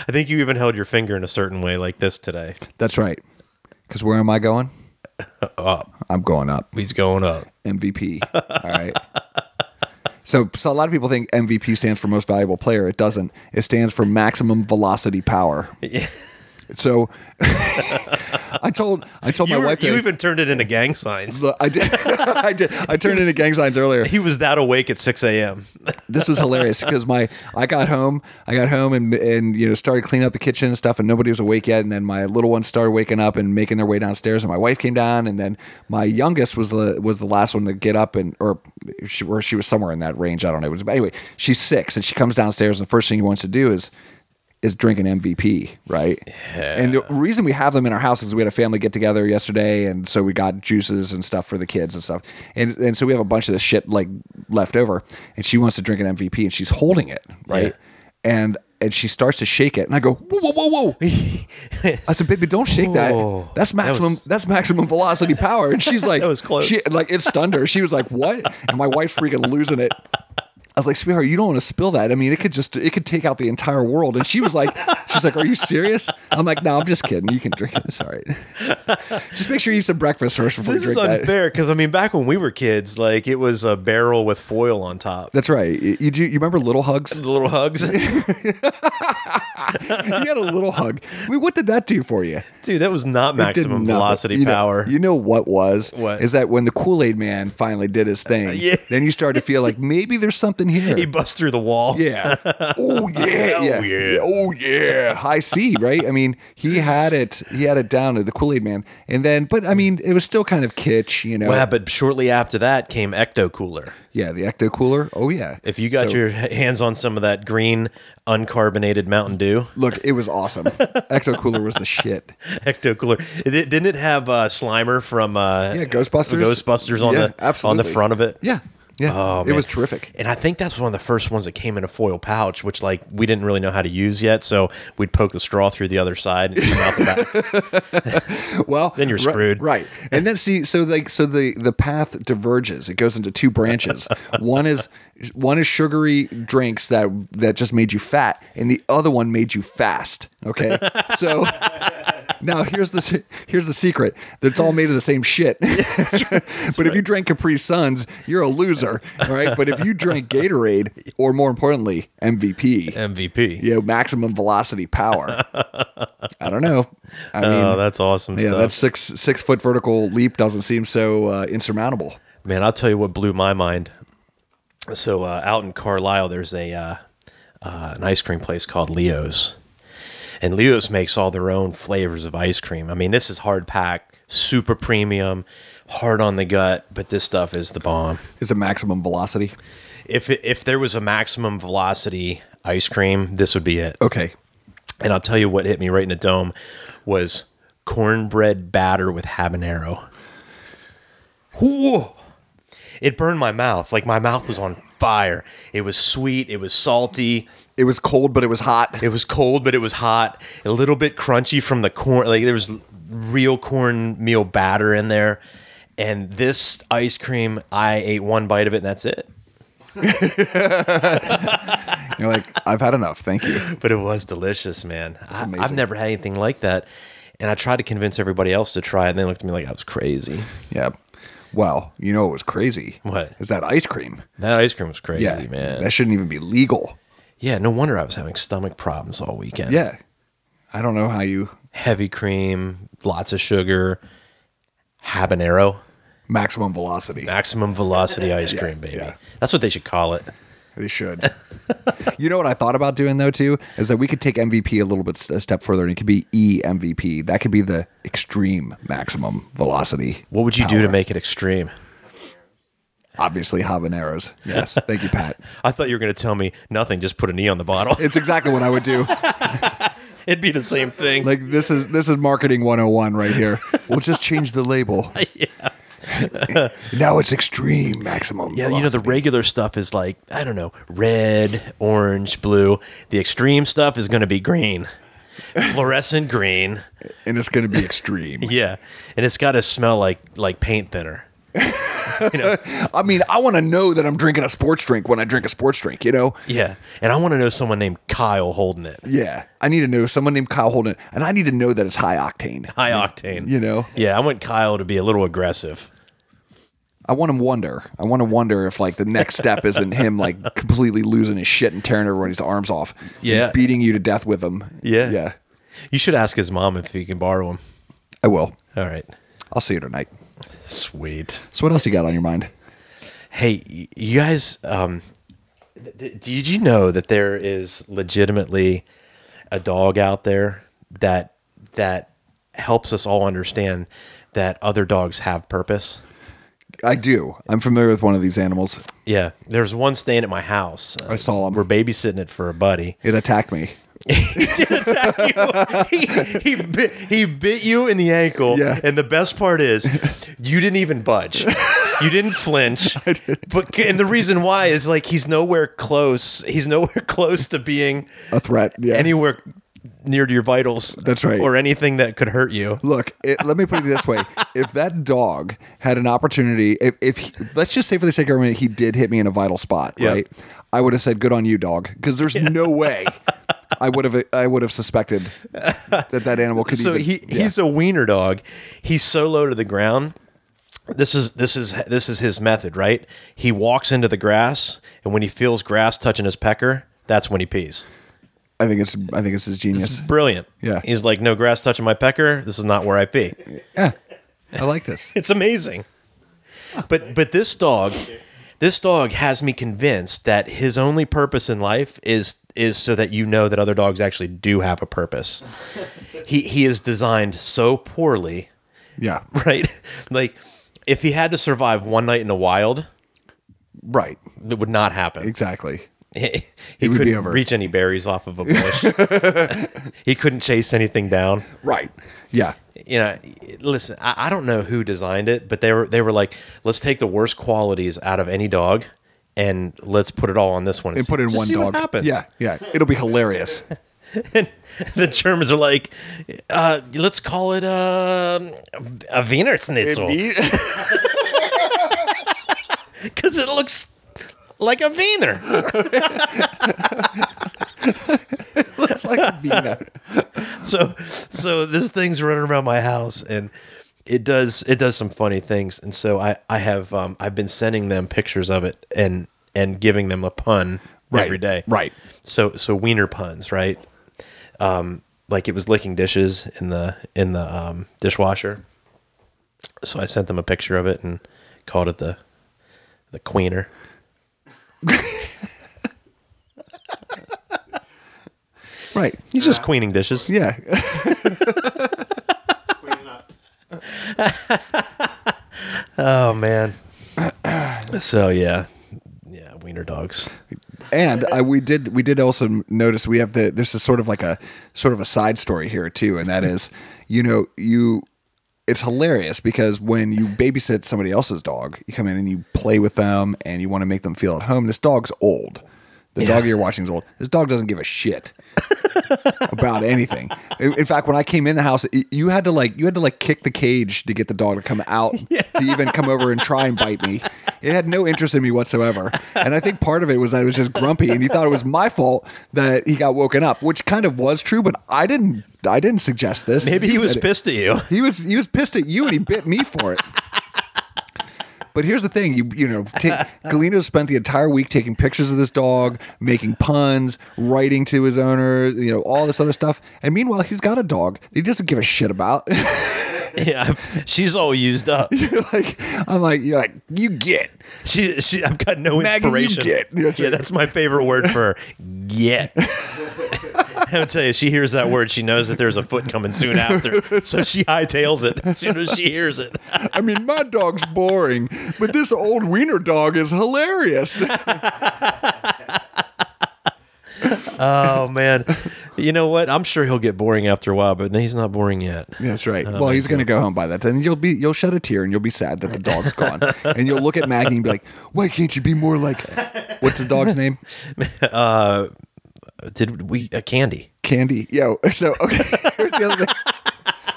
i think you even held your finger in a certain way like this today That's right. Because where am I going? Up. I'm going up. he's going up MVP. All right. So, so a lot of people think MVP stands for most valuable player. It doesn't. It stands for maximum velocity power. So I told I told you, Oh, my were- wife you today- even turned it into gang signs Look, I did I did I turned into gang signs earlier. he was that awake at 6 a.m This was hilarious because my I got home I got home and and you know started cleaning up the kitchen and stuff and nobody was awake yet and then my little ones started waking up and making their way downstairs and my wife came down and then my youngest was the was the last one to get up and or she, or she was somewhere in that range I don't know but anyway she's six and she comes downstairs and the first thing he wants to do is is drinking MVP, right? And the reason we have them in our house is we had a family get together yesterday, and so we got juices and stuff for the kids and stuff, and and so we have a bunch of this shit like left over, and she wants to drink an MVP, and she's holding it, right? And and she starts to shake it, and I go, whoa, whoa, whoa, whoa! I said, baby, don't shake Whoa. that. That's Oh, That was- maximum. that's maximum velocity power. And she's like, That was close. She like it stunned her. She was like, what? And my wife's freaking losing it. I was like, sweetheart, you don't want to spill that. I mean, it could just it could take out the entire world. And she was like, she's like, are you serious? I'm like, no, I'm just kidding. You can drink it. It's all right. Just make sure you eat some breakfast first before This you is drink that. unfair because I mean, back when we were kids, like it was a barrel with foil on top. That's right. You, you do. You remember Little Hugs? The little hugs, You had a Little Hug. I mean, what did that do for you? dude. That was not It did maximum nothing. velocity You know- power. you know what was? What? is that when the Kool Aid Man finally did his thing? yeah. Then you started to feel like maybe there's something here. he bust through the wall. yeah. Oh yeah. yeah. yeah. Oh yeah. High C, right? I mean, he had it. He had it down to the Kool Aid Man, and then, but I mean, it was still kind of kitsch, you know. Well, but shortly after that came Ecto Cooler. Yeah, the Ecto Cooler. Oh yeah. If you got So- your h- hands on some of that green uncarbonated Mountain Dew, look, it was awesome. Ecto Cooler was the shit. Ecto Cooler, it, it- didn't it have uh, Slimer from uh, Yeah, Ghostbusters. Ghostbusters on Yeah, the on absolutely. the front of it? Yeah. Yeah, Oh, it man. was terrific. And I think that's one of the first ones that came in a foil pouch, which like we didn't really know how to use yet. So we'd poke the straw through the other side and come out the back. Well, Then you're ri- screwed. right? And then see, so like, so the the path diverges. It goes into two branches. one is one is sugary drinks that that just made you fat, and the other one made you fast. Okay, so. Now here's the se- here's the secret. It's all made of the same shit. but if you drink Capri Suns, you're a loser, all right? But if you drink Gatorade, or more importantly, MVP, MVP. you know, maximum velocity power. I don't know. I mean, Oh, that's awesome yeah, stuff. that six six foot vertical leap doesn't seem so uh, insurmountable. Man, I'll tell you what blew my mind. So uh, out in Carlisle, there's a uh, uh, an ice cream place called Leo's, and Leo's makes all their own flavors of ice cream. I mean, this is hard packed, super premium, hard on the gut, but this stuff is the bomb. Is a maximum velocity. If it, if there was a maximum velocity ice cream, this would be it. Okay, And I'll tell you what hit me right in the dome was cornbread batter with habanero. Whoa. It burned my mouth. Like my mouth was on fire. It was sweet. It was salty. it was cold, but it was hot. It was cold, but it was hot. A little bit crunchy from the corn. Like there was real cornmeal batter in there. And this ice cream, I ate one bite of it and that's it. You're like, I've had enough. Thank you. but it was delicious, man. I, I've amazing. never had anything like that. And I tried to convince everybody else to try it, and they looked at me like I was crazy. Yeah. Well, you know what was crazy? What? is that ice cream? That ice cream was crazy, Yeah, man. That shouldn't even be legal. yeah, no wonder I was having stomach problems all weekend. Yeah. I don't know how you Heavy cream, lots of sugar, habanero, maximum velocity. maximum velocity ice cream, baby. yeah. That's what they should call it. They should. you know what I thought about doing though too is that we could take MVP a little bit s- a step further, and it could be E MVP. That could be the extreme maximum velocity. What would you do to make it extreme? Obviously, habaneros. Yes, thank you, Pat. I thought you were going to tell me nothing, just put an E on the bottle. It's exactly what I would do. It'd be the same thing. Like this is this is marketing 101 right here. We'll just change the label. now it's extreme maximum. Yeah, you know the velocity. regular stuff is like I don't know, red, orange, blue. The extreme stuff is going to be green, fluorescent green. and it's going to be extreme. Yeah, and it's got to smell like like paint thinner. I mean, I want to know that I'm drinking a sports drink when I drink a sports drink. You know, Yeah, and I want to know someone named Kyle holding it. Yeah, I need to know someone named Kyle Holden, and I need to know that it's high octane. High octane. You know, Yeah, I want Kyle to be a little aggressive. I want to wonder. I want to wonder if like the next step isn't him like completely losing his shit and tearing everybody's arms off. and Yeah. beating you to death with him. Yeah. yeah. You should ask his mom if you can borrow him. I will. All right. I'll see you tonight. Sweet. So what else you got on your mind? Hey, y- you guys, um, th- th- did you know that there is legitimately a dog out there that that helps us all understand that other dogs have purpose? I do. I'm familiar with one of these animals. Yeah, there's one staying at my house. I saw him. We're babysitting it for a buddy. It attacked me. he, he, bit, he bit you in the ankle. Yeah. And the best part is, you didn't even budge. You didn't flinch. But and the reason why is like he's nowhere close. He's nowhere close to being A threat. Oh, Yeah. anywhere near to your vitals. That's right. Or anything that could hurt you. Look, it, let me put it this way: if that dog had an opportunity, if, if he, let's just say for the sake of argument, he did hit me in a vital spot, Yeah. right? I would have said, "Good on you, dog," because there's no way I would have I would have suspected that that animal could. So even, he yeah. he's a wiener dog. He's so low to the ground. This is this is this is his method, right? He walks into the grass, and when he feels grass touching his pecker, that's when he pees. I think it's I think it's his genius. Brilliant. Yeah. He's like, no grass touching my pecker. This is not where I pee. Yeah, I like this. It's amazing. But but this dog, this dog has me convinced that his only purpose in life is is so that you know that other dogs actually do have a purpose. He he is designed so poorly, Yeah, right? Like if he had to survive one night in the wild, right. it would not happen. Exactly. he, It would be couldn't over. reach any berries off of a bush. he couldn't chase anything down. Right. Yeah. You know, listen, I, I don't know who designed it, but they were they were like, let's take the worst qualities out of any dog and let's put it all on this one And see- put in just one see dog. What happens. Yeah. Yeah. It'll be hilarious. And the Germans are like, uh, let's call it um a Wiener Schnitzel because it looks like a Wiener. it's like Vina. so so this thing's running around my house and it does it does some funny things and so i i have um i've been sending them pictures of it and and giving them a pun Right, every day right. so so wiener puns right um like it was licking dishes in the in the um dishwasher so i sent them a picture of it and called it the the queener Right. he's just queening dishes Yeah. Clean it up. oh man so yeah yeah wiener dogs And I, we did we did also notice we have the there's a sort of like a sort of a side story here too, and that is, you know, you it's hilarious because when you babysit somebody else's dog, you come in and you play with them and you want to make them feel at home. This dog's old. The dog you're watching is old. This dog doesn't give a shit. about anything. In in fact, when I came in the house, y- you had to like you had to like kick the cage to get the dog to come out to even come over and try and bite me. It had no interest in me whatsoever, and I think part of it was that it was just grumpy, and he thought it was my fault that he got woken up, which kind of was true, but I didn't I didn't suggest this. maybe he You was did it. pissed at you He was he was pissed at you, and he bit me for it. But here's the thing, you you know, ta- Galino spent the entire week taking pictures of this dog, making puns, writing to his owner, you know, all this other stuff. And meanwhile, he's got a dog that he doesn't give a shit about. yeah, she's all used up. You're like I'm like you're like you get She, she I've got no Maggie, you inspiration. get. That's yeah, it. that's my favorite word for her. Get. I'll tell you, she hears that word, she knows that there's a foot coming soon after, so she hightails it as soon as she hears it. I mean, my dog's boring, but this old wiener dog is hilarious. Oh man, you know what? I'm sure he'll get boring after a while, but he's not boring yet. That's right. Well, he's going to go home by that time. and You'll be you'll shed a tear and you'll be sad that the dog's gone. and you'll look at Maggie and be like, "Why can't you be more like what's the dog's name? Did we uh, candy? Candy." Yo. So okay. Here's the other thing.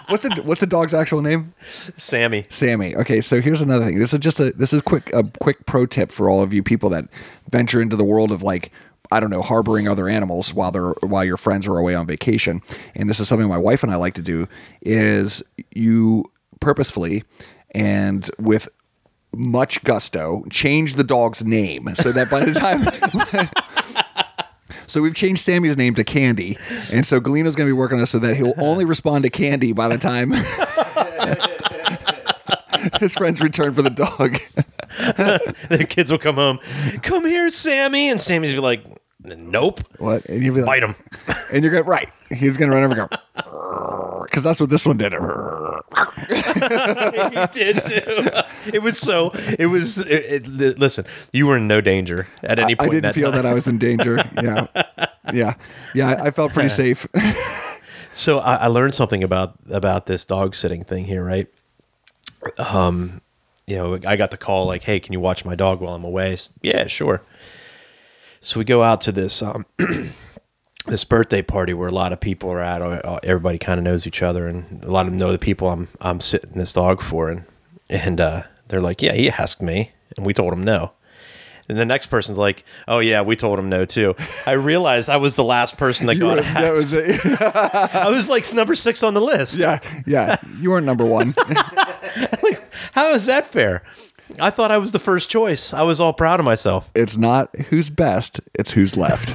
What's the what's the dog's actual name? Sammy. Sammy. Okay, so here's another thing. This is just a this is quick a quick pro tip for all of you people that venture into the world of like I don't know harboring other animals while they're while your friends are away on vacation. And this is something my wife and I like to do is you purposefully and with much gusto change the dog's name so that by the time so we've changed Sammy's name to Candy, and so Galino's going to be working on this so that he'll only respond to Candy by the time his friends return for the dog. The kids will come home. Come here, Sammy, and Sammy's be like, "Nope, what? And you'll be like, bite him." And you're going to right. He's going to run over and go because that's what this one did. he did too. It was so. It was. It, it, li- listen, you were in no danger at any I point. didn't in that feel time. that I was in danger. Yeah, yeah, yeah. I- I felt pretty safe. So I, I learned something about about this dog sitting thing here, right? Um, you know, I got the call like, "Hey, can you watch my dog while I'm away?" S- yeah, sure. So we go out to this um, this birthday party where a lot of people are at. uh, uh, Everybody kind of knows each other, and a lot of them know the people I'm I'm sitting this dog for, and and uh, they're like, "Yeah, he asked me," and we told him no. And the next person's like, "Oh yeah, we told him no too." I realized I was the last person that You got were- asked. that was it. I was like number six on the list. yeah, yeah. You weren't number one. Like, how is that fair? I thought I was the first choice. I was all proud of myself. It's not who's best. It's who's left.